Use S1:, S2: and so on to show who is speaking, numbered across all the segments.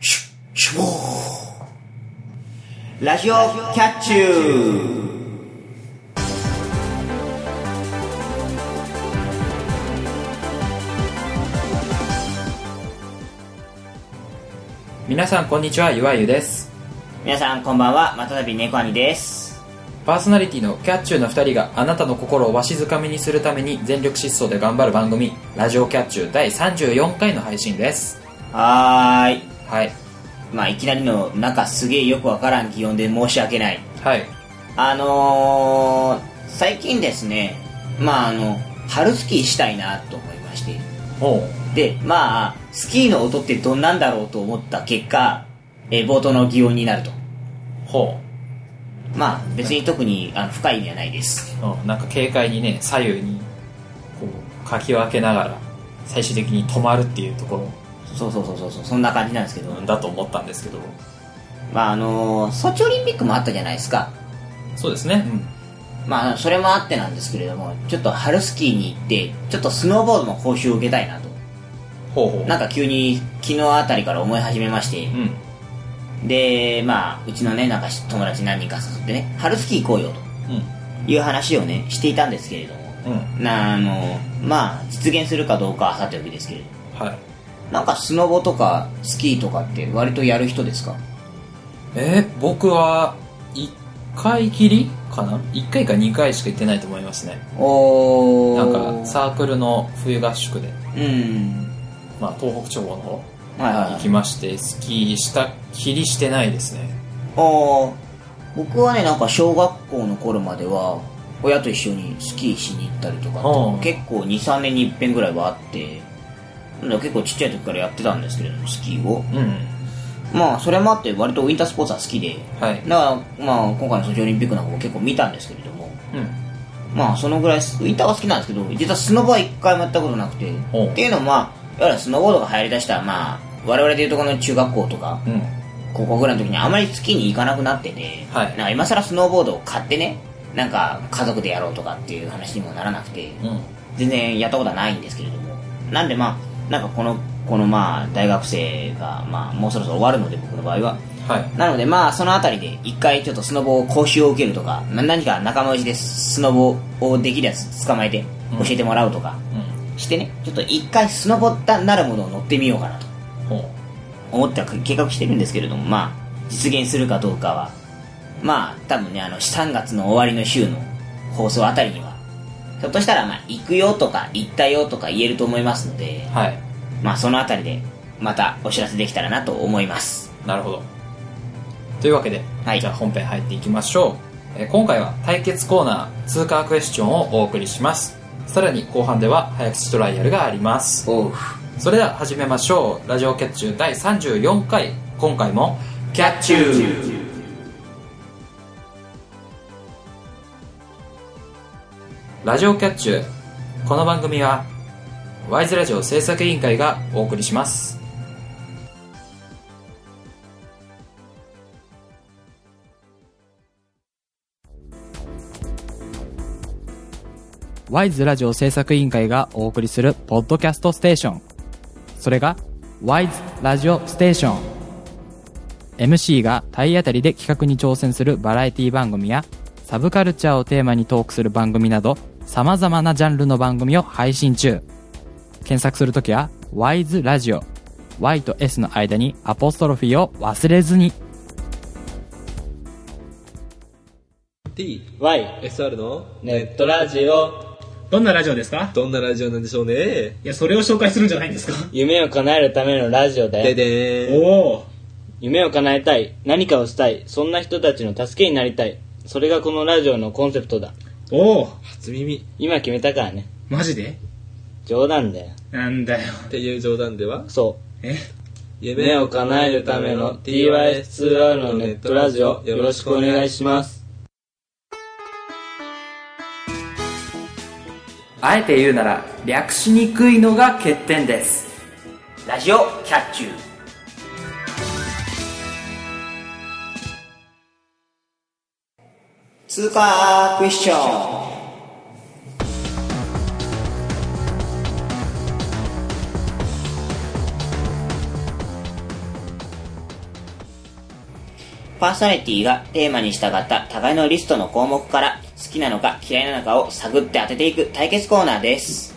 S1: シュラジオキャッチュー
S2: 皆さんこんにちはゆわゆです
S1: 皆さんこんばんはまたたび猫兄です
S2: パーソナリティのキャッチューの2人があなたの心をわしづかみにするために全力疾走で頑張る番組「ラジオキャッチュー」第34回の配信です
S1: はーい
S2: はい
S1: まあいきなりの中すげえよくわからん気温で申し訳ない
S2: はい
S1: あのー、最近ですねまああの春スキーしたいなと思いまして
S2: おう
S1: でまあスキーの音ってどんなんだろうと思った結果えー冒頭の擬音になると
S2: ほ
S1: まあ別に特にあの深い意味はないです
S2: う、うん、なんか軽快にね左右にこうかき分けながら最終的に止まるっていうところ
S1: そうそうそうそうそうそんな感じなんですけど、
S2: うんだと思ったんですけど
S1: まああのーソチオリンピックもあったじゃないですか
S2: そうですね
S1: まあそれもあってなんですけれどもちょっと春スキーに行ってちょっとスノーボードの講習を受けたいなと
S2: うんほうほう
S1: なんか急に昨日あたりから思い始めまして
S2: う、ん
S1: でまあうちのねなんか友達何人か誘ってね春スキー行こうよと
S2: う
S1: いう話をねしていたんですけれども
S2: んうん
S1: なあのまあ実現するかどうかはさておきですけれども
S2: はい
S1: なんかスノボとかスキーとかって割とやる人ですか
S2: えー僕は1回きりかな1回か2回しか行ってないと思いますね
S1: お
S2: な
S1: ー
S2: んかサークルの冬合宿で、
S1: うん
S2: まあ、東北地方の方
S1: はいはい
S2: 行きましてスキーしたきりしてないですね
S1: ああ僕はねなんか小学校の頃までは親と一緒にスキーしに行ったりとかって
S2: うん
S1: 結構23年に一遍ぐらいはあってなんだ結構ちっちゃい時からやってたんですけれどもスキーを
S2: うん
S1: まあそれもあって割とウィンタースポーツは好きで
S2: はい
S1: だからまあ今回のソチオリンピックなんかも結構見たんですけれども
S2: うん
S1: まあそのぐらいウィンターは好きなんですけど実はスノボは一回もやったことなくて
S2: おう
S1: っていうのもまあいわゆるスノーボードが流行りだしたまあ我々でいうとこの中学校とか
S2: うん
S1: 高校ぐらいの時にあまり月に行かなくなってね、
S2: はい
S1: なんか今更スノーボードを買ってねなんか家族でやろうとかっていう話にもならなくて
S2: うん
S1: 全然やったことはないんですけれどもなんでまあなんかこのこのまあ大学生がまあもうそろそろ終わるので僕の場合は
S2: はい
S1: なのでまあそのあたりで一回ちょっとスノボを講習を受けるとかな何か仲間内でスノボをできるやつ捕まえて教えてもらうとか
S2: うん
S1: してね、ちょっと一回スノボったなるものを乗ってみようかなと
S2: ほう
S1: 思っては計画してるんですけれども、まあ、実現するかどうかは、まあ、多分ね、あの、3月の終わりの週の放送あたりには、ひょっとしたら、まあ、行くよとか、行ったよとか言えると思いますので、
S2: はい
S1: まあ、そのあたりで、またお知らせできたらなと思います。
S2: なるほどというわけで、
S1: はい
S2: じゃあ本編入っていきましょう、えー今回は対決コーナー通過クエスチョンをお送りしますさらに後半では早口トライアルがあります
S1: おう。
S2: それでは始めましょうラジオキャッチュー第34回今回もキャッチューラジオキャッチューこの番組はワイズラジオ制作委員会がお送りしますワイズラジオ制作委員会がお送りするポッドキャストステーションそれがワイズラジオステーション MC が体当たりで企画に挑戦するバラエティ番組やサブカルチャーをテーマにトークする番組など様々なジャンルの番組を配信中検索するときはワイズラジオ Y と S の間にアポストロフィーを忘れずに
S3: Y
S4: SR の
S3: ネットラジオ
S5: どんなラジオですか
S4: どんなラジオなんでしょうね
S5: いや、それを紹介するんじゃないんですか
S3: 夢を叶えるためのラジオだ
S4: で
S3: よ
S4: でーん
S5: おお
S3: 夢を叶えたい何かをしたいそんな人たちの助けになりたいそれがこのラジオのコンセプトだ
S5: おお
S4: 初耳
S3: 今決めたからね
S5: マジで
S3: 冗談だよ
S5: なんだよ。
S4: っていう冗談では
S3: そ
S5: え
S3: 夢を叶えるための TYS2R のネットラジオよろしくお願いします
S2: あえて言うなら略しにくいのが欠点です
S1: ラジオキャッチュー。通過クエスチョン。パーソナリティがテーマに従った互いのリストの項目から好きなのか嫌いなのかを探って当てていく対決コーナーです。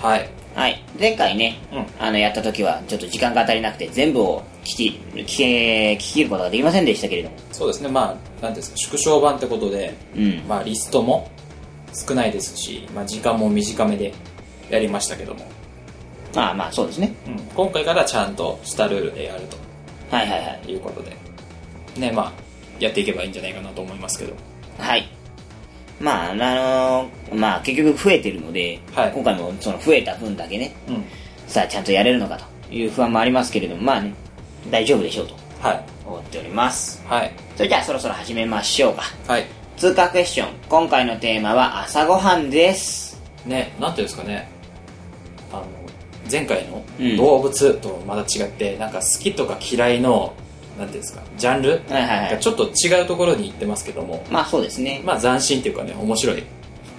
S2: はい。
S1: はい。前回ね、あの、やった時はちょっと時間が足りなくて全部を聞き、聞け、聞き切ることができませんでしたけれども。
S2: そうですね、まあ、なんていうんですか、縮小版ってことで、
S1: うん。
S2: まあ、リストも少ないですし、まあ、時間も短めでやりましたけども、
S1: まあまあ、そうですね。
S2: うん今回からちゃんとしたルールでやる
S1: はいはいはい。
S2: ということで、ね、まあ、やっていけばいいんじゃないかなと思いますけど、
S1: はい。まあ、あのーまあ結局増えてるので、
S2: はい
S1: 今回もその増えた分だけね、
S2: うん。
S1: さあちゃんとやれるのかという不安もありますけれども、まあね、大丈夫でしょうと
S2: はい。
S1: 思っております。
S2: はい。
S1: それじゃあそろそろ始めましょうか。
S2: はい。
S1: 通過クエスチョン。今回のテーマは朝ごはんです。
S2: ね、なんていうんですかね、あの、前回の
S1: うん
S2: 動物とまた違って、なんか好きとか嫌いの、なんていうんですか、ジャンル
S1: はいはいは
S2: が
S1: い。
S2: ちょっと違うところに行ってますけども、
S1: まあそうですね。
S2: まあ、斬新っていうかね、面白い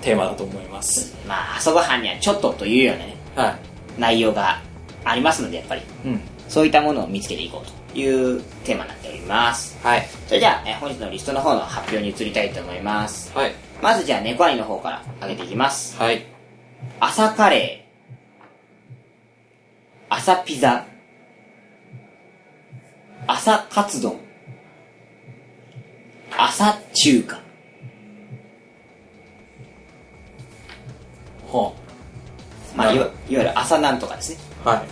S2: テーマだと思います。
S1: まあ朝ごはんにはちょっとというようなね、
S2: は
S1: 内容がありますので、やっぱり。
S2: い。うん。
S1: そういったものを見つけていこうというテーマになっております。
S2: はい。
S1: それじゃあ、えー本日のリストの方の発表に移りたいと思います。
S2: はい。
S1: まずじゃあ、猫兄の方から上げていきます。
S2: はい。
S1: 朝カレー。朝ピザ。朝カツ丼。朝中華。
S2: ほ
S1: まあ、いわ
S2: なる
S1: いわゆる朝なんとかですね。
S2: う。は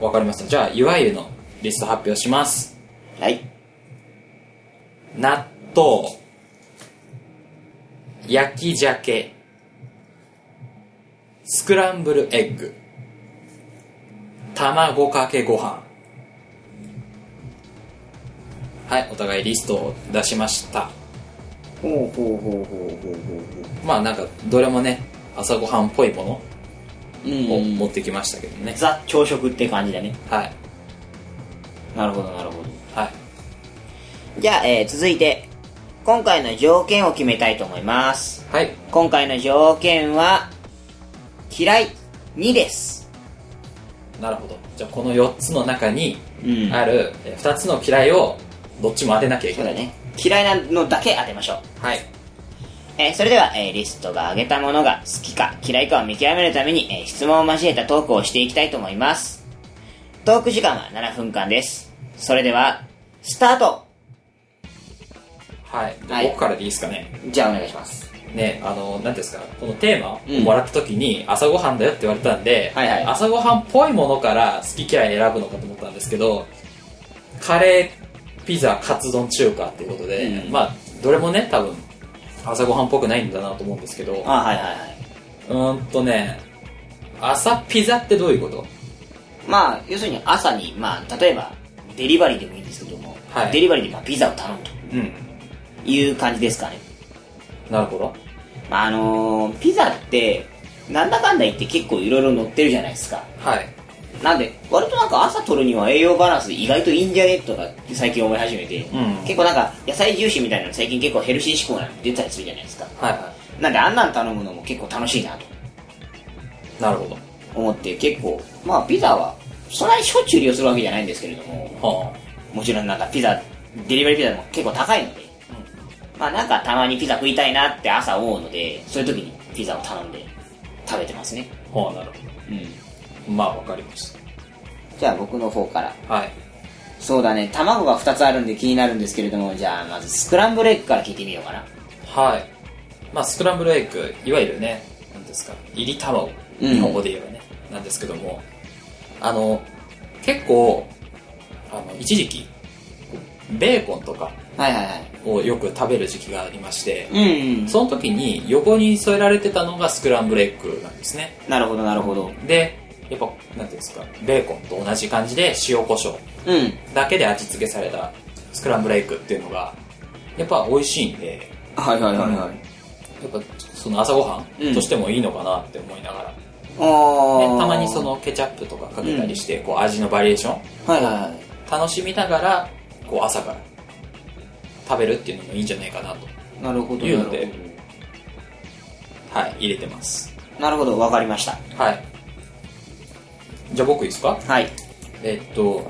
S2: い。わかりました。じゃあ、いわゆるのリスト発表します。
S1: はい。
S2: 納豆、焼き鮭、スクランブルエッグ、卵かけご飯。はい、お互いリストを出しました。
S1: ほうほうほうほうほう
S2: まあなんか、どれもね、朝ごはんっぽいも
S1: う
S2: のを
S1: ん。
S2: 持ってきましたけどね。
S1: ザ朝食って感じだね。
S2: はい。
S1: なるほど、なるほど。
S2: はい。
S1: じゃあ、えー続いて、今回の条件を決めたいと思います。
S2: はい。
S1: 今回の条件は、嫌い2です。
S2: なるほど。じゃあ、この4つの中に
S1: うん
S2: あるえー2つの嫌いをどっちも当てなきゃい
S1: そ
S2: け
S1: う
S2: な
S1: だ
S2: い。
S1: ね。嫌いなのだけ当てましょう。
S2: はい。
S1: えーそれでは、えーリストが挙げたものが好きか嫌いかを見極めるために、えー質問を交えたトークをしていきたいと思います。トーク時間は7分間です。それでは、スタート
S2: はい。で
S1: はい
S2: 僕からでいいですかね。
S1: じゃあお願いします。
S2: ね、あの、なんていうんですか、このテーマ
S1: うん
S2: をもらった時に、朝ごはんだよって言われたんで、
S1: はいはい
S2: 朝ごはんっぽいものから好き嫌い選ぶのかと思ったんですけど、カレー、ピザ、カツ丼、中華っていうことで、
S1: うん
S2: まあ、どれもね、多分、朝ごはんっぽくないんだなと思うんですけど、
S1: あ、はいはいはい。
S2: うーんとね、朝ピザってどういうこと
S1: まあ、要するに朝に、まあ、例えば、デリバリーでもいいんですけども、
S2: はい
S1: デリバリーでまあピザを頼むと
S2: うん。
S1: いう感じですかね。
S2: なるほど。
S1: まああのーピザって、なんだかんだ言って結構いろいろ乗ってるじゃないですか。
S2: はい。
S1: なんで、割となんか朝取るには栄養バランス意外といいんじゃねとか最近思い始めて、
S2: ん
S1: 結構なんか野菜重視みたいなの最近結構ヘルシー志向なの出たりするじゃないですか。
S2: はいは
S1: なんであんなん頼むのも結構楽しいなと
S2: い。なるほ
S1: 思って結構、まあピザはそんなにしょっちゅう利用するわけじゃないんですけれども、
S2: ど。は
S1: もちろんなんかピザ、デリバリーピザも結構高いので、まあなんかたまにピザ食いたいなって朝思うので、そういう時にピザを頼んで食べてますね。
S2: あ。はあ、なるほ
S1: うん。
S2: ど。まあ、わかりまし
S1: じゃあ僕の方から。
S2: た。はい。
S1: そうだね、卵が2つあるんで気になるんですけれども、じゃあまずスクランブルエッグから聞いてみようかな。
S2: はい。まあ、スクランブルエッグ、いわゆるね、なんですか、入り卵、
S1: うん
S2: 日本語で言えばね、なんですけども、あの、結構、あの、一時期、ベーコンとか
S1: はいはいはい。
S2: をよく食べる時期がありまして、
S1: うん、
S2: その時に横に添えられてたのがスクランブルエッグなんですね。
S1: なるほどなるほど。
S2: で、やっぱ、なんていうんですか、ベーコンと同じ感じで塩コショウ
S1: うん。
S2: だけで味付けされたスクランブルエッグっていうのが、やっぱ美味しいんで、
S1: はいはいはいはい。
S2: やっぱその朝ごは
S1: うん
S2: んとしてもいいのかなって思いながら、
S1: あ
S2: ね
S1: あ。
S2: たまにそ。のケチャップとかかけたりして、こう味のバリエーション
S1: はいはいはい。
S2: 楽しみながらこう朝から食べるっていうのもいいんじゃないかなと
S1: なるほど
S2: いう
S1: な
S2: の
S1: る
S2: ではい入れてます
S1: ほど。なるほど、わかりました。
S2: はいじゃあ僕いいですか
S1: はい。
S2: えっと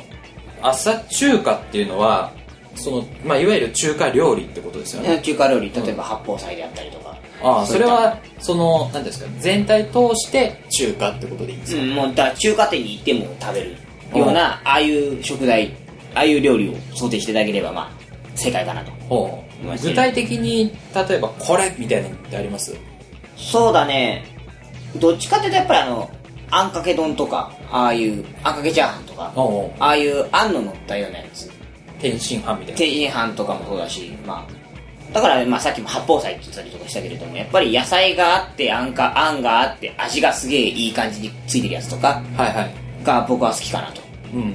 S2: 朝中華っていうのはその、まあ、いわゆる中華料理ってことですよね
S1: 中華料理例えば八宝菜であったりとか、
S2: ああ
S1: そうい
S2: そ
S1: っ
S2: れ
S1: た
S2: はその何ですか全体通して中華ってことでいいんです
S1: う
S2: か、
S1: ん、もうだから中華店に行っても食べるようなああいう食材ああいう料理を想定していただければまあ正解かなと
S2: ほう
S1: まあ
S2: 具体的に例えばこれみたいなのってあります
S1: そうだねどっちかっていうとやっぱりあのあんかけ丼とかああいうあんかけチャーハンとか
S2: おうおう
S1: ああいうあんの乗ったようなやつ
S2: 天津飯みたいな
S1: 天津飯とかもそうだしまあだから、まあ、さっきも八宝菜って言ったりとかしたけれどもやっぱり野菜があってあんかあんがあって味がすげえいい感じについてるやつとか
S2: はいはい
S1: が僕は好きかなと
S2: うんうん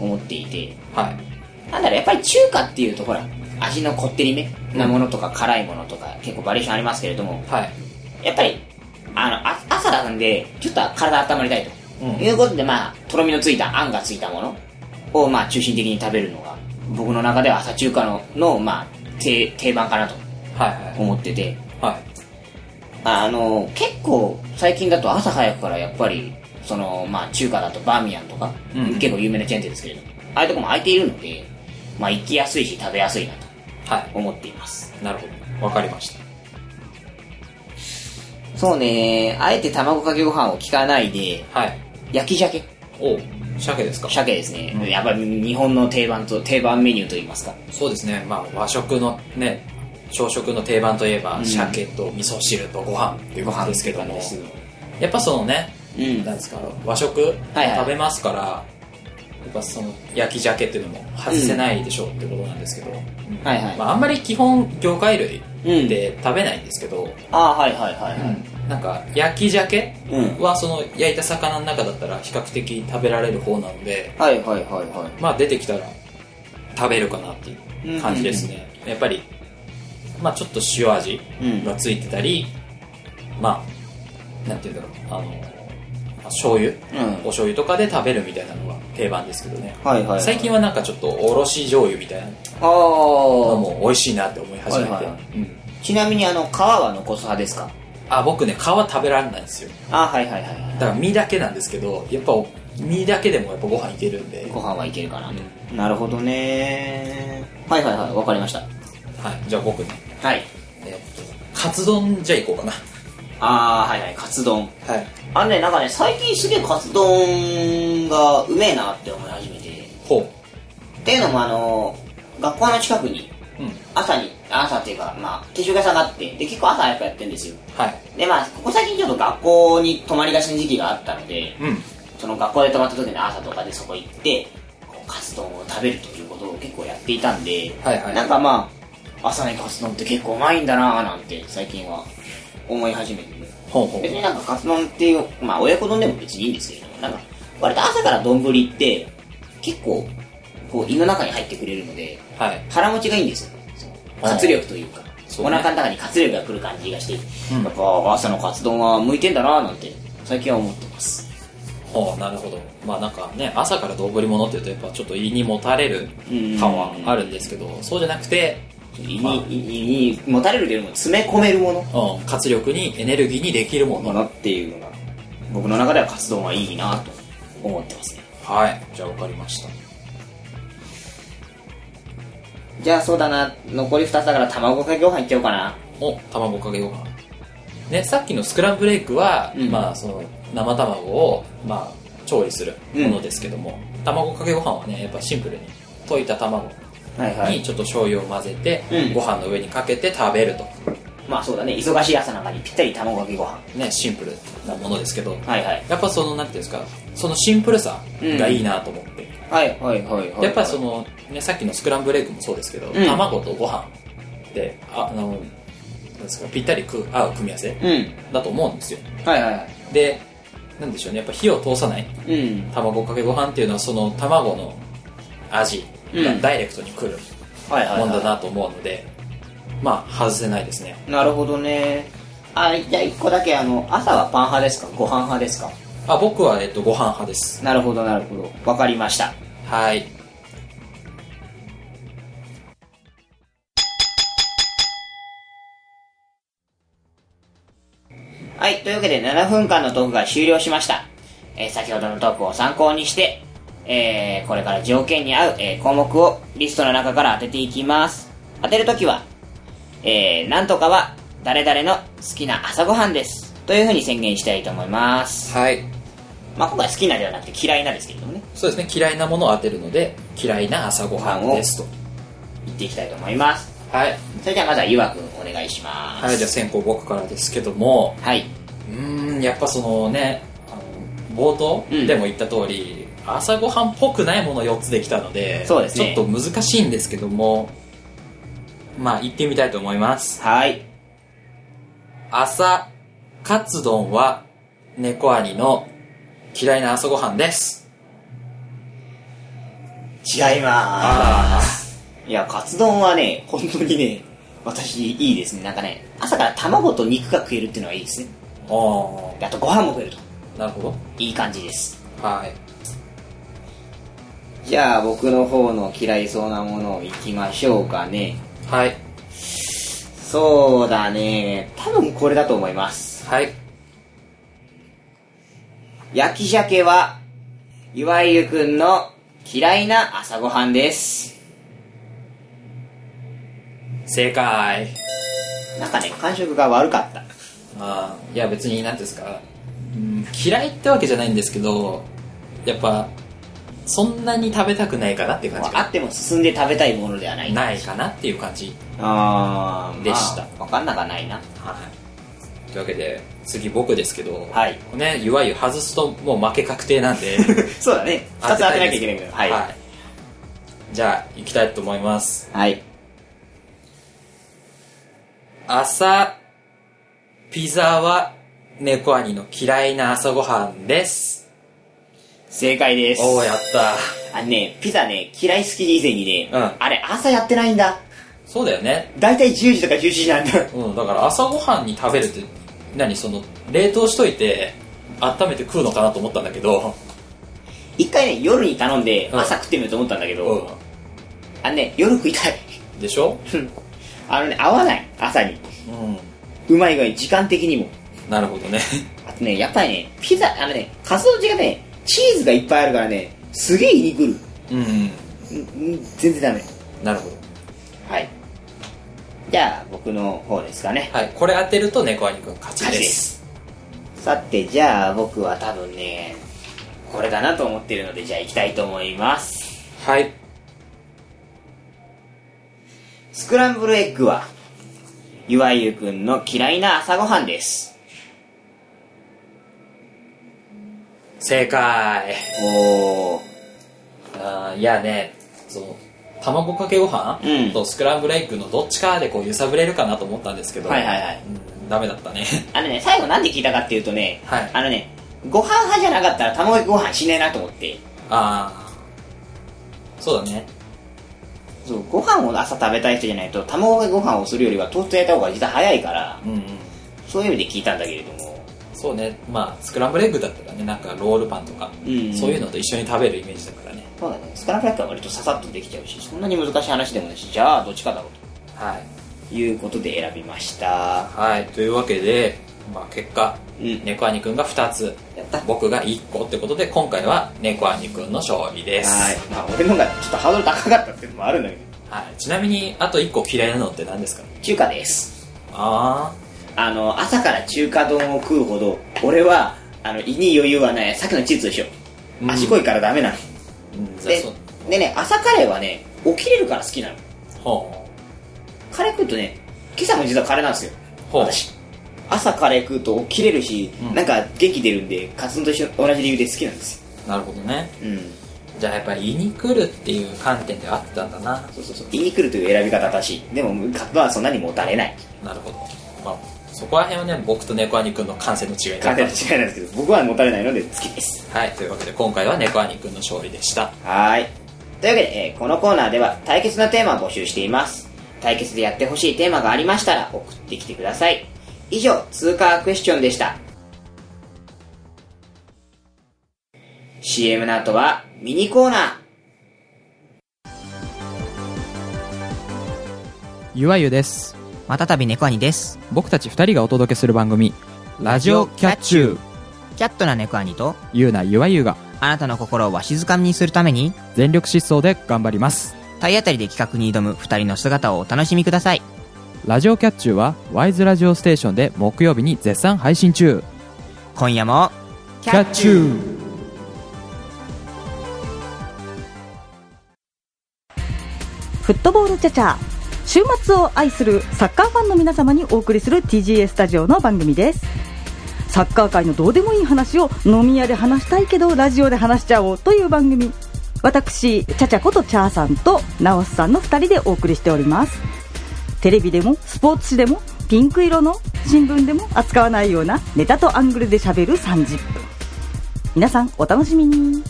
S1: 思っていて
S2: はい
S1: なんだろうやっぱり中華っていうとほら味のこってりめなものとか辛いものとか結構バリエーションありますけれども
S2: はい
S1: やっぱりあのあ朝なんでちょっと体温まりたいと、
S2: うん
S1: いうことでまあとろみのついたあんがついたものをまあ中心的に食べるのが僕の中では朝中華ののまあ定定番かなと
S2: はいはい
S1: 思ってて
S2: はい
S1: あの結構最近だと朝早くからやっぱりそのまあ中華だとバーミヤンとか、
S2: うん
S1: 結構有名なチェーン店ですけれどもああいうとこも空いているのでまあ行きやすいし食べやすいなと
S2: はい
S1: 思っています
S2: なるほどわかりました
S1: そうねあえて卵かけご飯を聞かないで
S2: はい
S1: 焼き鮭
S2: おう鮭ですか
S1: 鮭ですね、
S2: うん
S1: やっぱり日本の定番と定番メニューといいますか
S2: そうですねまあ和食のね朝食の定番といえば、
S1: うん
S2: 鮭と味噌汁とご飯っていうことですけども
S1: ですよ
S2: やっぱそのね
S1: うん
S2: なんですか和食
S1: はいはい
S2: 食べますから、やっぱその焼き鮭っていうのも外せないでしょうってことなんですけど、
S1: はいはい、
S2: まあ、あんまり基本魚介類
S1: うん
S2: で食べないんですけど、
S1: ああはいはいはいはい
S2: なんか焼き鮭
S1: うん
S2: はその焼いた魚の中だったら比較的食べられる方なので、
S1: はいはいはいは
S2: まあ出てきたら食べるかなっていう感じですね、やっぱり、まあ、ちょっと塩味
S1: うん
S2: がついてたり、まあなんていうんだろうあのまあ醤油、
S1: うん
S2: お醤油とかで食べるみたいなのが定番ですけどね、
S1: はいはいはい
S2: 最近はなんかちょっとおろし醤油みたいな
S1: ああ
S2: のも美味しいなって思い始めて、
S1: はいはいはい
S2: うん
S1: ちなみにあの皮は残す派ですか
S2: あ僕ね皮食べられないんですよ
S1: ああはいはいはい
S2: だから身だけなんですけどやっぱ身だけでもやっぱご飯いけるんで、
S1: ご飯はいけるかなと、なるほどねはいはいはいわかりました
S2: はい、じゃあ僕ね、
S1: はい
S2: えっとカツ丼じゃあいこうかな
S1: ああはいはいカツ丼
S2: はい
S1: あのねなんかね最近すげえカツ丼がうめえなって思い始めてっ
S2: ほう
S1: ていうのもあの学校の近くに
S2: うん
S1: 朝に朝っていうかまあ定食屋さんがあってで結構朝早くやってるんですよ
S2: はい
S1: でまあここ最近ちょっと学校に泊まりがちの時期があったので
S2: うん
S1: その学校で泊まった時の朝とかでそこ行ってこうカツ丼を食べるということを結構やっていたんで、
S2: はいはい
S1: なんかまあ朝にカツ丼って結構うまいんだなぁなんて最近は思い始めて
S2: ほうほう
S1: 別になんかカツ丼っていうまあ親子丼でも別にいいんですけれどもなんか割と朝から丼って結構こう胃の中に入ってくれるので
S2: はい
S1: 腹持ちがいいんですよその活力というか
S2: そう
S1: お
S2: ね
S1: 腹の中に活力が来る感じがして、
S2: うん
S1: やっぱ朝のカツ丼は向いてんだなぁなんて最近は思ってます
S2: ほうなるほどまあなんかね朝から丼物っていうとやっぱちょっと胃にもたれる感はあるんですけどそうじゃなくて、
S1: 胃
S2: まあ
S1: に胃に持たれるというよりも詰め込めるもの
S2: うん、活力にエネルギーにできるも
S1: も
S2: の
S1: のっていうのが僕の中では活動はいいなと思ってますね
S2: はいじゃあ分かりました
S1: じゃあそうだな残り2つだから卵かけご飯いっちゃおうかな
S2: お卵かけご飯ねさっきのスクランブルエッグは、
S1: うん
S2: まあその生卵をまあ調理するものですけども、卵かけご飯はねやっぱシンプルに溶いた卵
S1: はい
S2: にちょっと醤油を混ぜて、
S1: うん
S2: ご飯の上にかけて食べると
S1: まあそうだね忙しい朝なんかにぴったり卵かけご飯
S2: ねシンプルなものですけど、
S1: はいはい
S2: やっぱそのなんていうんですかそのシンプルさがいいなと思って、
S1: はいはいはいはい
S2: やっぱその、ね、さっきのスクランブルエッグもそうですけど、
S1: うん
S2: 卵とご飯でああのなんですかぴったりく合う組み合わせ
S1: うん
S2: だと思うんですよ
S1: はいはいはい
S2: でなんでしょうねやっぱ火を通さない
S1: うん
S2: 卵かけご飯っていうのはその卵の味
S1: う
S2: が
S1: ん
S2: ダイレクトに来る
S1: はいはい
S2: もん
S1: は
S2: だ
S1: い
S2: なと思うので、まあ外せないですね
S1: なるほどねあじゃあ1個だけあの朝はパン派ですかご飯派ですか
S2: あ僕は、えっと、ご飯派です
S1: なるほどなるほどわかりました
S2: はい
S1: はい、というわけで7分間のトークが終了しました。えー先ほどのトークを参考にして、えーこれから条件に合う、えー項目をリストの中から当てていきます。当てるときは、えー、なんとかは誰々の好きな朝ごはんです。というふうに宣言したいと思います。
S2: はい。
S1: まあ、今回好きなではなくて嫌いなですけれどもね、
S2: そうですね。嫌いなものを当てるので、嫌いな朝ごはんですと。
S1: 言っていきたいと思います。
S2: はい。
S1: それではまずはゆわくんお願いします。
S2: はい、じゃあ先行僕からですけども、
S1: はい。
S2: うーん、やっぱそのね、あの冒頭
S1: うん
S2: でも言った通り、朝ごはんっぽくないもの4つできたので、
S1: そうですね
S2: ちょっと難しいんですけども、まあ言ってみたいと思います。
S1: はい。
S2: 朝、カツ丼は、猫兄の嫌いな朝ごはんです。
S1: 違いま
S2: あ
S1: す。いや、カツ丼はね、本当にね、私いいですね。なんかね、朝から卵と肉が食えるっていうのはいいですね。
S2: あ。お
S1: であとご飯も食えると。
S2: ーなるほ
S1: いい感じです。
S2: ど。はい。
S1: じゃあ僕の方の嫌いそうなものをいきましょうかね。
S2: はい。
S1: そうだね。多分これだと思います。
S2: はい。
S1: 焼き鮭は、岩井ゆくんの嫌いな朝ごはんです。
S2: 正解。
S1: なんかね、感触が悪かった。
S2: ああいや別に何ですか、うん、嫌いってわけじゃないんですけどやっぱそんなに食べたくないかなって感
S1: ま
S2: じ
S1: あ、あ
S2: か
S1: っても進んで食べたいものではない。
S2: ないかなっていう感じ
S1: あー、まあ、
S2: でした
S1: わかんなかないな。
S2: はいというわけで次僕ですけど、
S1: はい
S2: ねいわゆる外すともう負け確定なんで
S1: そうだね。 二つ当てなきゃいけないけど。
S2: は、
S1: はいい。
S2: はい、じゃあ行きたいと思います
S1: はい。
S2: 朝ピザは猫兄の嫌いな朝ごはんです
S1: 正解です。
S2: おおやった
S1: あのね、ピザね、嫌い好き以前にね、
S2: うん
S1: あれ、朝やってないんだ。
S2: そうだよね
S1: だいたい10時とか11時なんだ。
S2: うん、だから朝ごはんに食べるって何その冷凍しといて温めて食うのかなと思ったんだけど、
S1: 一回ね、夜に頼んで、
S2: うん
S1: 朝食ってみようと思ったんだけど、
S2: う
S1: あのね、夜食いたい。
S2: ん、でしょ、
S1: あのね、合わない。朝に。
S2: う
S1: うまい具合に、時間的にも。
S2: ん、なるほどね
S1: あとね、やっぱりね、ピザ、あのね、カツ丼と違ってね、チーズがいっぱいあるからね、すげえ胃にくる。
S2: うん、う
S1: う
S2: ん、
S1: んうん全然ダメ。
S2: なるほど、
S1: はい。じゃあ、僕の方ですかね。
S2: はい、これ当てると猫兄くん勝ち
S1: 勝ち
S2: で
S1: ですさて、じゃあ、僕は多分ね、これだなと思ってるので、じゃあ行きたいと思います。
S2: はい
S1: スクランブルエッグは、岩井ゆくんの嫌いな朝ごはんです。
S2: 正解
S1: おー。
S2: あーいやねその卵かけご飯、
S1: うん
S2: とスクランブルエッグのどっちかでこう揺さぶれるかなと思ったんですけど、
S1: はいはいはい
S2: うん、ダメだったね
S1: あのね、最後なんで聞いたかっていうとね、
S2: はい
S1: あのね、ご飯派じゃなかったら卵焼きご飯しねえなと思って、
S2: ああそうだね
S1: そう、ご飯を朝食べたい人じゃないと、卵かけご飯をするよりはトースト焼いた方が実は早いから、
S2: うんうん
S1: そういう意味で聞いたんだけれども、
S2: そうねまあスクランブルエッグだったらねなんかロールパンとか、
S1: うん
S2: そういうのと一緒に食べるイメージだからね
S1: そうだね、スカラフラッカーは割とささっとできちゃうし、そんなに難しい話でもないし、じゃあどっちかだろう
S2: はい、
S1: ということで選びました。
S2: はい、というわけで、まあ、結果
S1: うん
S2: 猫兄くんが2つ
S1: やった。は
S2: 僕が1個ってことで今回は猫兄くんの勝利です、
S1: い。まあ俺の方がちょっとハードル高かったっていうのもあるんだけど、
S2: はいちなみにあと1個嫌いなのって何ですか
S1: 中華です。
S2: あ
S1: あの、朝から中華丼を食うほど、俺は、あの、胃に余裕はない、さっきのチーズでしょ。
S2: うん
S1: 足こいからダメなの。
S2: ーうんじゃあ
S1: で
S2: そう
S1: でね朝カレーはね起きれるから好きなの
S2: ほ
S1: カレー食うとね今朝も実はカレーなんですよ
S2: うほう
S1: 私朝カレー食うと起きれるし、
S2: うん
S1: なんか元気出るんでカツ丼と一緒同じ理由で好きなんですよ
S2: なるほどね
S1: うん
S2: じゃあやっぱり胃に来るっていう観点であったんだな
S1: そうそうそう胃に来るという選び方だしでもカツ丼はそんなにもたれない
S2: なるほど、まあ、そこら辺はね僕と猫兄くんの感性の違いだ
S1: 完
S2: っ
S1: 全に 違
S2: た
S1: いなんですけど僕はもたれないので好きです
S2: はい、というわけで今回は猫兄くんの勝利でした。
S1: はーい。というわけで、えーこのコーナーでは対決のテーマを募集しています。対決でやってほしいテーマがありましたら送ってきてください。以上、通貨クエスチョンでした。CM の後はミニコーナー。
S6: ゆわゆです
S7: またたび猫兄です。
S6: 僕たち2人がお届けする番組「ラジオキャッチュー
S7: キャットな猫兄と」
S6: ゆうなゆわゆが
S1: あなたの心をわしづかみにするために
S6: 全力疾走で頑張ります
S1: 体当たりで企画に挑む2人の姿をお楽しみください
S6: ラジオキャッチューはワイズラジオステーションで木曜日に絶賛配信中
S1: 今夜も
S6: キャッチュー
S7: フットボールチャチャ週末を愛するサッカーファンの皆様にお送りする TGA スタジオの番組ですサッカー界のどうでもいい話を飲み屋で話したいけどラジオで話しちゃおうという番組私チャチャことチャーさんとナオスさんの2人でお送りしておりますテレビでもスポーツ紙でもピンク色の新聞でも扱わないようなネタとアングルで喋る30分皆さんお楽しみに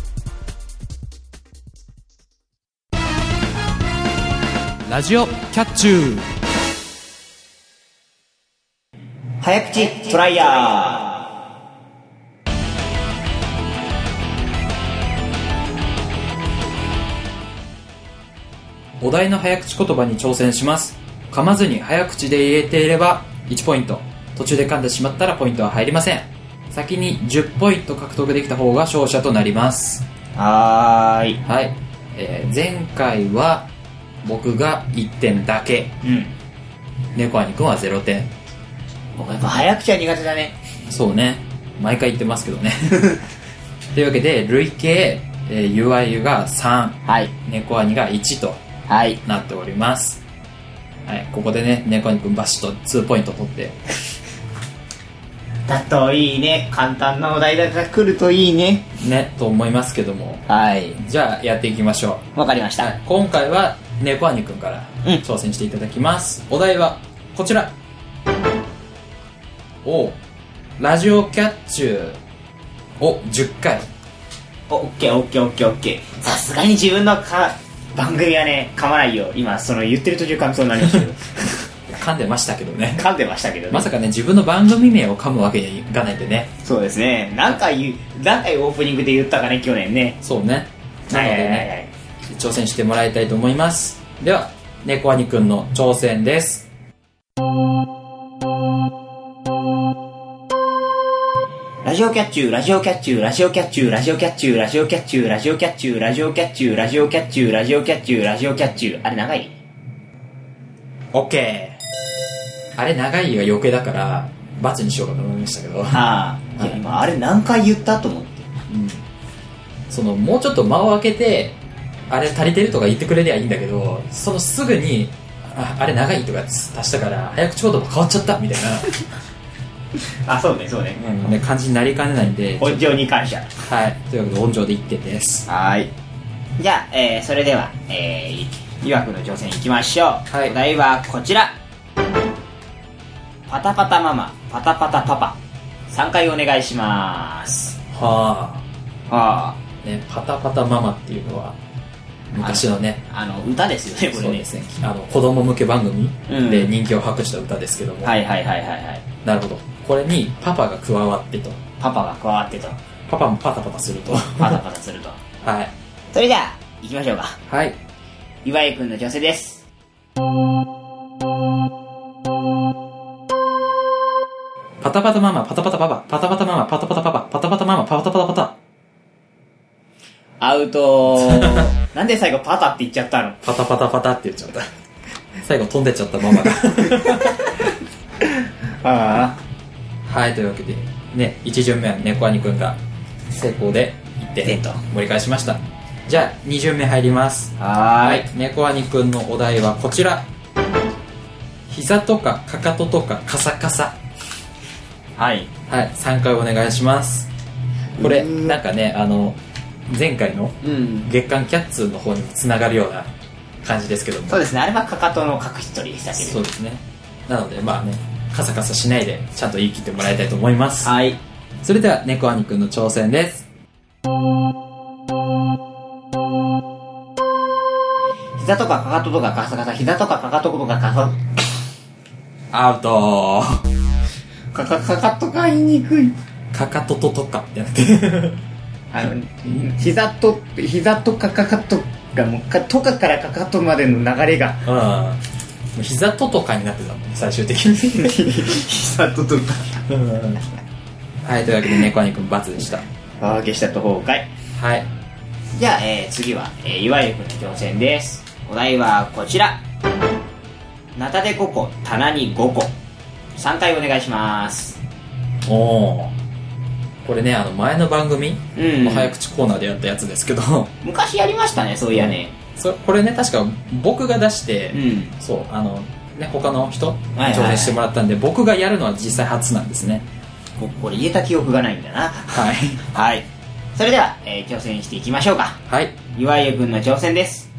S6: ラジオキャッチュー
S1: 早口トライヤー
S2: お題の早口言葉に挑戦します噛まずに早口で言えていれば1ポイント途中で噛んでしまったらポイントは入りません先に10ポイント獲得できた方が勝者となります
S1: はーい
S2: はい、えー前回は僕が1点だけ
S1: うん
S2: 猫兄くんは0点
S1: 僕やっぱ早口は苦手だね
S2: そうね毎回言ってますけどね というわけで累計、えー、ゆあゆが3
S1: はい
S2: 猫兄が1と
S1: はい
S2: なっておりますはいここでね猫兄くんバシッと2ポイント取って
S1: だといいね簡単なお題が来るといいね
S2: ねと思いますけども
S1: はい
S2: じゃあやっていきましょ
S1: わかりまし
S2: う、
S1: た、
S2: はい、今回は猫兄くんから
S1: うん
S2: 挑戦していただきます、お題はこちらおうラジオキャッチューを10回
S1: おオッケーオッケーオッケーオッケーさすがに自分のか番組はね噛まないよ今その言ってる途中噛みそうになりました けど
S2: 噛んでましたけどね
S1: 噛んでましたけどね
S2: まさかね自分の番組名を噛むわけにいかないんでね
S1: そうですね何回言う何回オープニングで言ったかね去年ね
S2: そうねな
S1: は
S2: の
S1: い
S2: で
S1: は
S2: ね、
S1: いはいはい
S2: 挑戦してもらいたいと思いますでは猫兄くんの挑戦です
S1: ラジオキャッチュー、ラジオキャッチュー、ラジオキャッチュー、ラジオキャッチュー、ラジオキャッチュー、ラジオキャッチュー、ラジオキャッチュー、ラジオキャッチュー、ラジオキャッチュー、ラジオキャッチュー。あれ長い
S2: OK あれ長いが余計だから罰にしようかと思いましたけど、
S1: ああ。いや、今あれ何回言ったと思って。
S2: うん、そのもうちょっと間を空けてあれ足りてるとか言ってくれりゃいいんだけどそのすぐにああれ長いとかつ足したから早口言葉変わっちゃったみたい
S1: あ、そうね、そうね。
S2: な、 ね、感じになりかねないんで
S1: 本情に感謝。
S2: はいというわけで音情で1点です
S1: はい。じゃあ、えー、それでは、えー、いわくの挑戦行きましょう。
S2: はい
S1: お題はこちら。パタパタママ、パタパタパパ。3回お願いします。
S2: は
S1: あ
S2: あ、ね、パタパタママっていうのは昔のね
S1: あ。あの、歌ですよね、こ
S2: そ
S1: れ
S2: う
S1: ね
S2: で。すねあの子供向け番組
S1: うん
S2: で人気を博した歌ですけども、
S1: はいはいはいはいはい。
S2: なるほどこれにパパが加わってと
S1: パパが加わ ってと、
S2: パパもパタパタすると
S1: パタパタすると。
S2: はい
S1: それじゃあ、行きましょうか。
S2: はい
S1: 岩井くんの女性です。
S2: パタパタママパタパタパパパタパタママパタパタパパパタパタママパタパタパタ
S1: アウト なんで最後パタって言っちゃったの
S2: パタパタパタって言っちゃった 最後飛んでっちゃったマ マが
S1: あ
S2: はいというわけでね1巡目は猫兄くんが成功で1
S1: 一点
S2: 点
S1: と
S2: 盛り返しましたじゃあ2巡目入ります
S1: あ。は
S2: は
S1: ーい。
S2: い、猫兄くんのお題はこちら膝とかかかととかカサカサ
S1: はい。
S2: はい3回お願いしますこれ
S1: うーん
S2: なんかねあの前回の
S1: うん。
S2: 月刊キャッツの方にもつながるような感じですけども
S1: そうですね、あれはかかとの隠し取りでしたけれ
S2: そう
S1: ど。
S2: ですねなのでまあねカサカサしないでちゃんと言い切ってもらいたいと思います
S1: はい。
S2: それでは猫兄くんの挑戦です
S1: 膝とかかかととかカサカサ、膝とかかかととかカサ、
S2: アウト
S1: かかかかとが言いにくい。
S2: かかとととかって なって
S1: あの、膝と、膝とかかかとがもうか、とかからかかとまでの流れが、
S2: うんもう膝ととかになってたもんね最終的に
S1: 膝ととか、
S2: はい、というわけで猫兄くん×でした。
S1: ああ、消したと崩壊。
S2: はい。
S1: じゃあ、えー次は、えー、いわゆる君の挑戦です。お題はこちら。ナタで5個、棚に5個。3回お願いします。
S2: おお。これね、あの、前の番組
S1: うん
S2: の早口コーナーでやったやつですけど、
S1: 昔やりましたね、そういやね。
S2: そこれね、確か僕が出して、
S1: うん。
S2: そう、あの、ね、他の人に
S1: はいはい
S2: 挑戦してもらったんで、僕がやるのは実際初なんですね。
S1: ここれ言えた記憶がないんだな。
S2: はい。
S1: はい。それでは、えー挑戦していきましょうか。
S2: はい。
S1: 岩井君の挑戦です。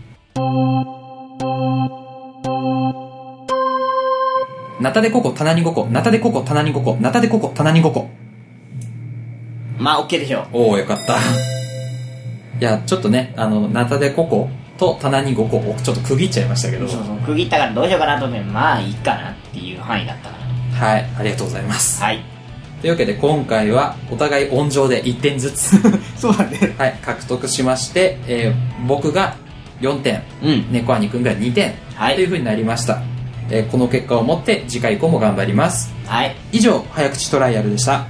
S2: ナタでここ、棚に5個、ナタでここ、棚に5個、ナタでここ、棚に5個。
S1: まあ、OK でしょう。
S2: おお、よかった。いや、ちょっとね、あの、ナタでここと棚に5個をちょっと区切っちゃいましたけど、
S1: そうそう、区切ったからどうしようかなと思って、まあ、いいかなっていう範囲だったから。
S2: はい、ありがとうございます。
S1: はい。
S2: というわけで今回はお互い温情で1点ず つ、
S1: そうだね。
S2: はい、獲得しまして、えー僕が4点、
S1: うん。
S2: 猫兄くんが2点、
S1: はい
S2: というふうになりました、えーこの結果をもって次回以降も頑張ります
S1: はい。
S2: 以上早口トライアルでした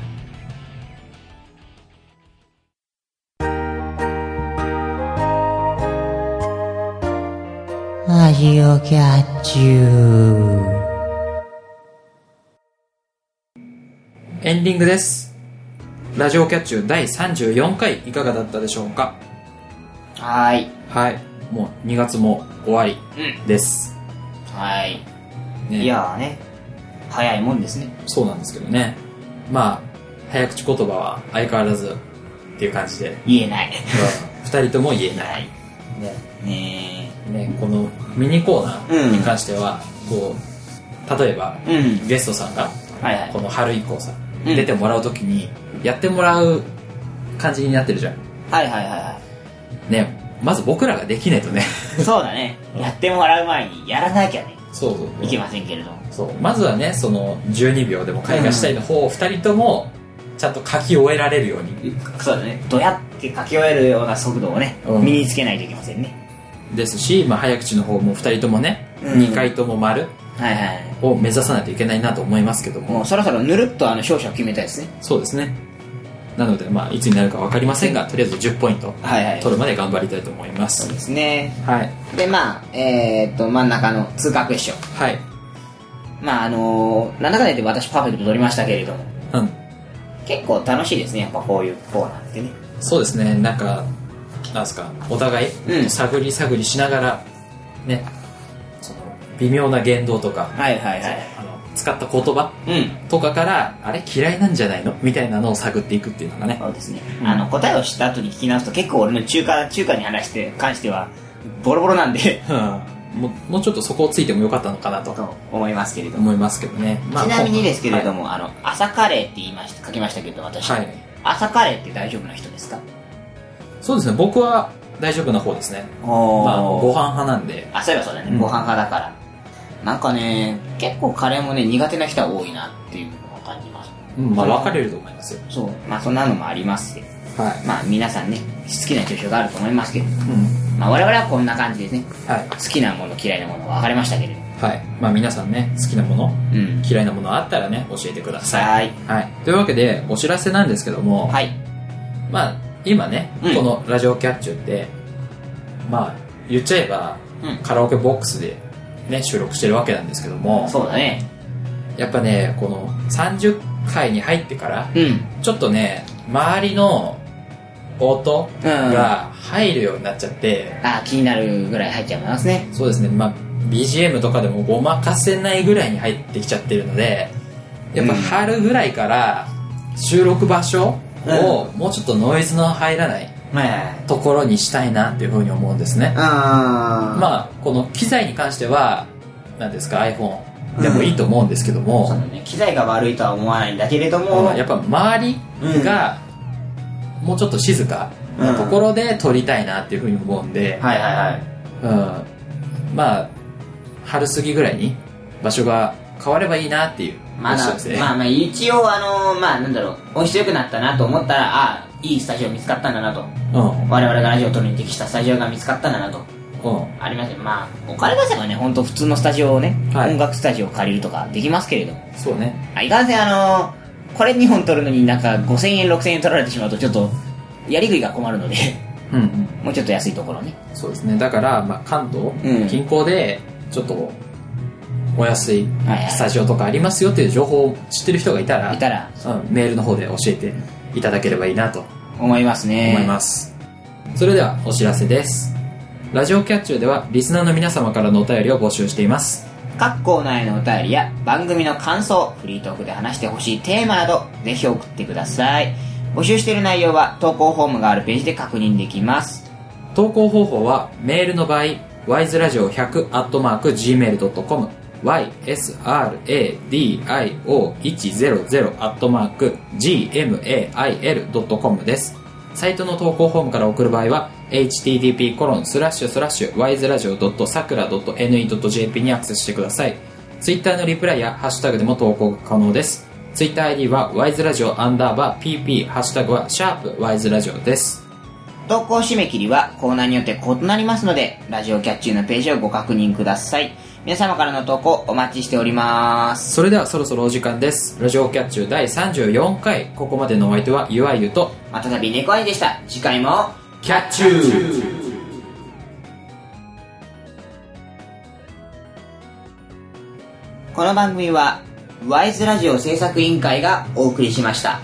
S2: エンディングですラジオキャッチュー第34回いかがだったでしょうか
S1: はーい。
S2: はいもう2月も終わり
S1: う
S2: です、
S1: ん。はい。
S2: ね
S1: いやーね、早いもんですね。
S2: そうなんですけどね。まあ、早口言葉は相変わらずっていう感じで、
S1: 言えない。
S2: 二人とも言えない。
S1: はい。ね
S2: ね、このミニコーナーに関しては、こう、例えば、
S1: え。うん。
S2: ゲストさんが、
S1: はいはい
S2: こ。の春以降さ、
S1: うん
S2: 出てもらうときに、やってもらう感じになってるじゃん。
S1: はいはいはいは
S2: ね、まず僕らができねえとね。
S1: い。そうだね。やってもらう前にやらなきゃね、
S2: そうそう
S1: いけませんけれども。
S2: そう。まずはね、その、12秒でも開花したいの方を二人とも、ちゃんと書き終えられるように。
S1: そうだね。どうやって書き終えるような速度をね、
S2: うん
S1: 身につけないといけませんね。
S2: ですし、まあ、早口の方も2人ともね、
S1: うん
S2: 2回とも丸
S1: はいはい。
S2: を目指さないといけないなと思いますけども、
S1: もうそろそろぬるっとあの勝者を決めたいですね。
S2: そうですねなので、まあ、いつになるか分かりませんがとりあえず10ポイント
S1: はいはい。
S2: 取るまで頑張りたいと思います
S1: そうですね。
S2: はい
S1: で、まあ、えー、っと、真ん中の通過クエスチョン。
S2: はい
S1: まあ、あのー、なんだかんだ言って私パーフェクト取りましたけれども、
S2: うん
S1: 結構楽しいですね。やっぱこういうコーナーってね。
S2: そうですねなんかなんですかお互い、
S1: うん
S2: 探り探りしながらねその微妙な言動とか
S1: はいはいはい。
S2: あの使った言葉
S1: うん。
S2: とかからあれ嫌いなんじゃないのみたいなのを探っていくっていうのがね
S1: そうですね、
S2: うん
S1: あの答えを知った後に聞き直すと結構俺の中華中華に話して関してはボロボロなん で
S2: うんもうもうちょっとそこをついてもよかったのかなと
S1: と思いますけれども、
S2: 思いますけどね、まあ
S1: ちなみにですけれど
S2: も
S1: も、あの朝カレーって言いました書きましたけど私、
S2: はい、はい
S1: 朝カレーって大丈夫な人ですか
S2: そうですね僕は大丈夫な方ですね
S1: お
S2: まあご飯派なんで
S1: あそういえばそうだね、
S2: うん
S1: ご飯派だからなんかね結構カレーもね苦手な人は多いなっていうのを感じます
S2: うんまあ
S1: そう
S2: 分かれると思いますよ
S1: そうまあそんなのもありますし
S2: はい、
S1: まあ皆さんね好きな調子があると思いますけど、
S2: うん、
S1: まあ、我々はこんな感じでね
S2: はい
S1: 好きなもの嫌いなもの分かれましたけれど
S2: はいまあ皆さんね好きなもの
S1: うん
S2: 嫌いなものあったらね教えてください、
S1: はい
S2: はい、というわけでお知らせなんですけども、
S1: はい
S2: まあ今ね、
S1: うん
S2: このラジオキャッチュってまあ言っちゃえば、
S1: うん
S2: カラオケボックスでね収録してるわけなんですけども
S1: そうだね。
S2: やっぱねこの30回に入ってから
S1: うん。
S2: ちょっとね周りの音
S1: うん。
S2: が入るようになっちゃって、
S1: あ、気になるぐらい入っちゃいますね。
S2: そうですねまあ BGM とかでもごまかせないぐらいに入ってきちゃってるのでやっぱ
S1: うん
S2: 春ぐらいから収録場所をもうちょっとノイズの入らない
S1: はい。
S2: ところにしたいなっていうふうに思うんですね、
S1: ああ。
S2: まあこの機材に関しては何ですか iPhone でもいいと思うんですけども、
S1: そうだね。機材が悪いとは思わないんだけれども、
S2: やっぱ周りがもうちょっと静かなところで撮りたいなっていうふうに思うんで、
S1: はいはいはい。
S2: うん、まあ春過ぎぐらいに場所が変わればいいなっていう
S1: ま
S2: 話
S1: だ
S2: ですね、、
S1: まあまあ、一応あのーまあなんだろう、音質良くなったなと思ったら、ああ、いいスタジオ見つかったんだなと。
S2: うん
S1: 我々がラジオを撮るに適したスタジオが見つかったんだなと。
S2: うん
S1: ありますよ。まあ、お金出せばね、本当普通のスタジオをね、
S2: はい
S1: 音楽スタジオを借りるとかできますけれども。
S2: そうね
S1: あいかんせんあのーこれ2本取るのになんか5000円6000円取られてしまうとちょっとやりくりが困るので
S2: うんうん
S1: もうちょっと安いところね
S2: そうですねだから、まあ、関東
S1: うん
S2: 近郊でちょっとお安い
S1: はいはい
S2: スタジオとかありますよっていう情報を知ってる人がいたら
S1: いたら
S2: うん、メールの方で教えていただければいいなと
S1: 思いますね
S2: 思います、それではお知らせですラジオキャッチューではリスナーの皆様からのお便りを募集しています
S1: 各コーナーへのお便りや番組の感想フリートークで話してほしいテーマなどぜひ送ってください募集している内容は投稿フォームがあるページで確認できます
S2: 投稿方法はメールの場合 wiseradio100-gmail.com ysradio100-gmail.com ですサイトの投稿フォームから送る場合は http://wiseradio.sakura.ne.jp にアクセスしてくださいツイッターのリプライやハッシュタグでも投稿が可能ですツイッター ID は wiseradio アンダーバー pp ハッシュタグはシャープ wiseradio です
S1: 投稿締め切りはコーナーによって異なりますのでラジオキャッチューのページをご確認ください皆様からの投稿お待ちしております
S2: それではそろそろお時間です。ラジオキャッチュー第34回、ここまでのお相手は、ゆあゆと、
S1: またたび猫愛でした次回も
S2: キャッチュー
S1: この番組はワイズラジオ制作委員会がお送りしました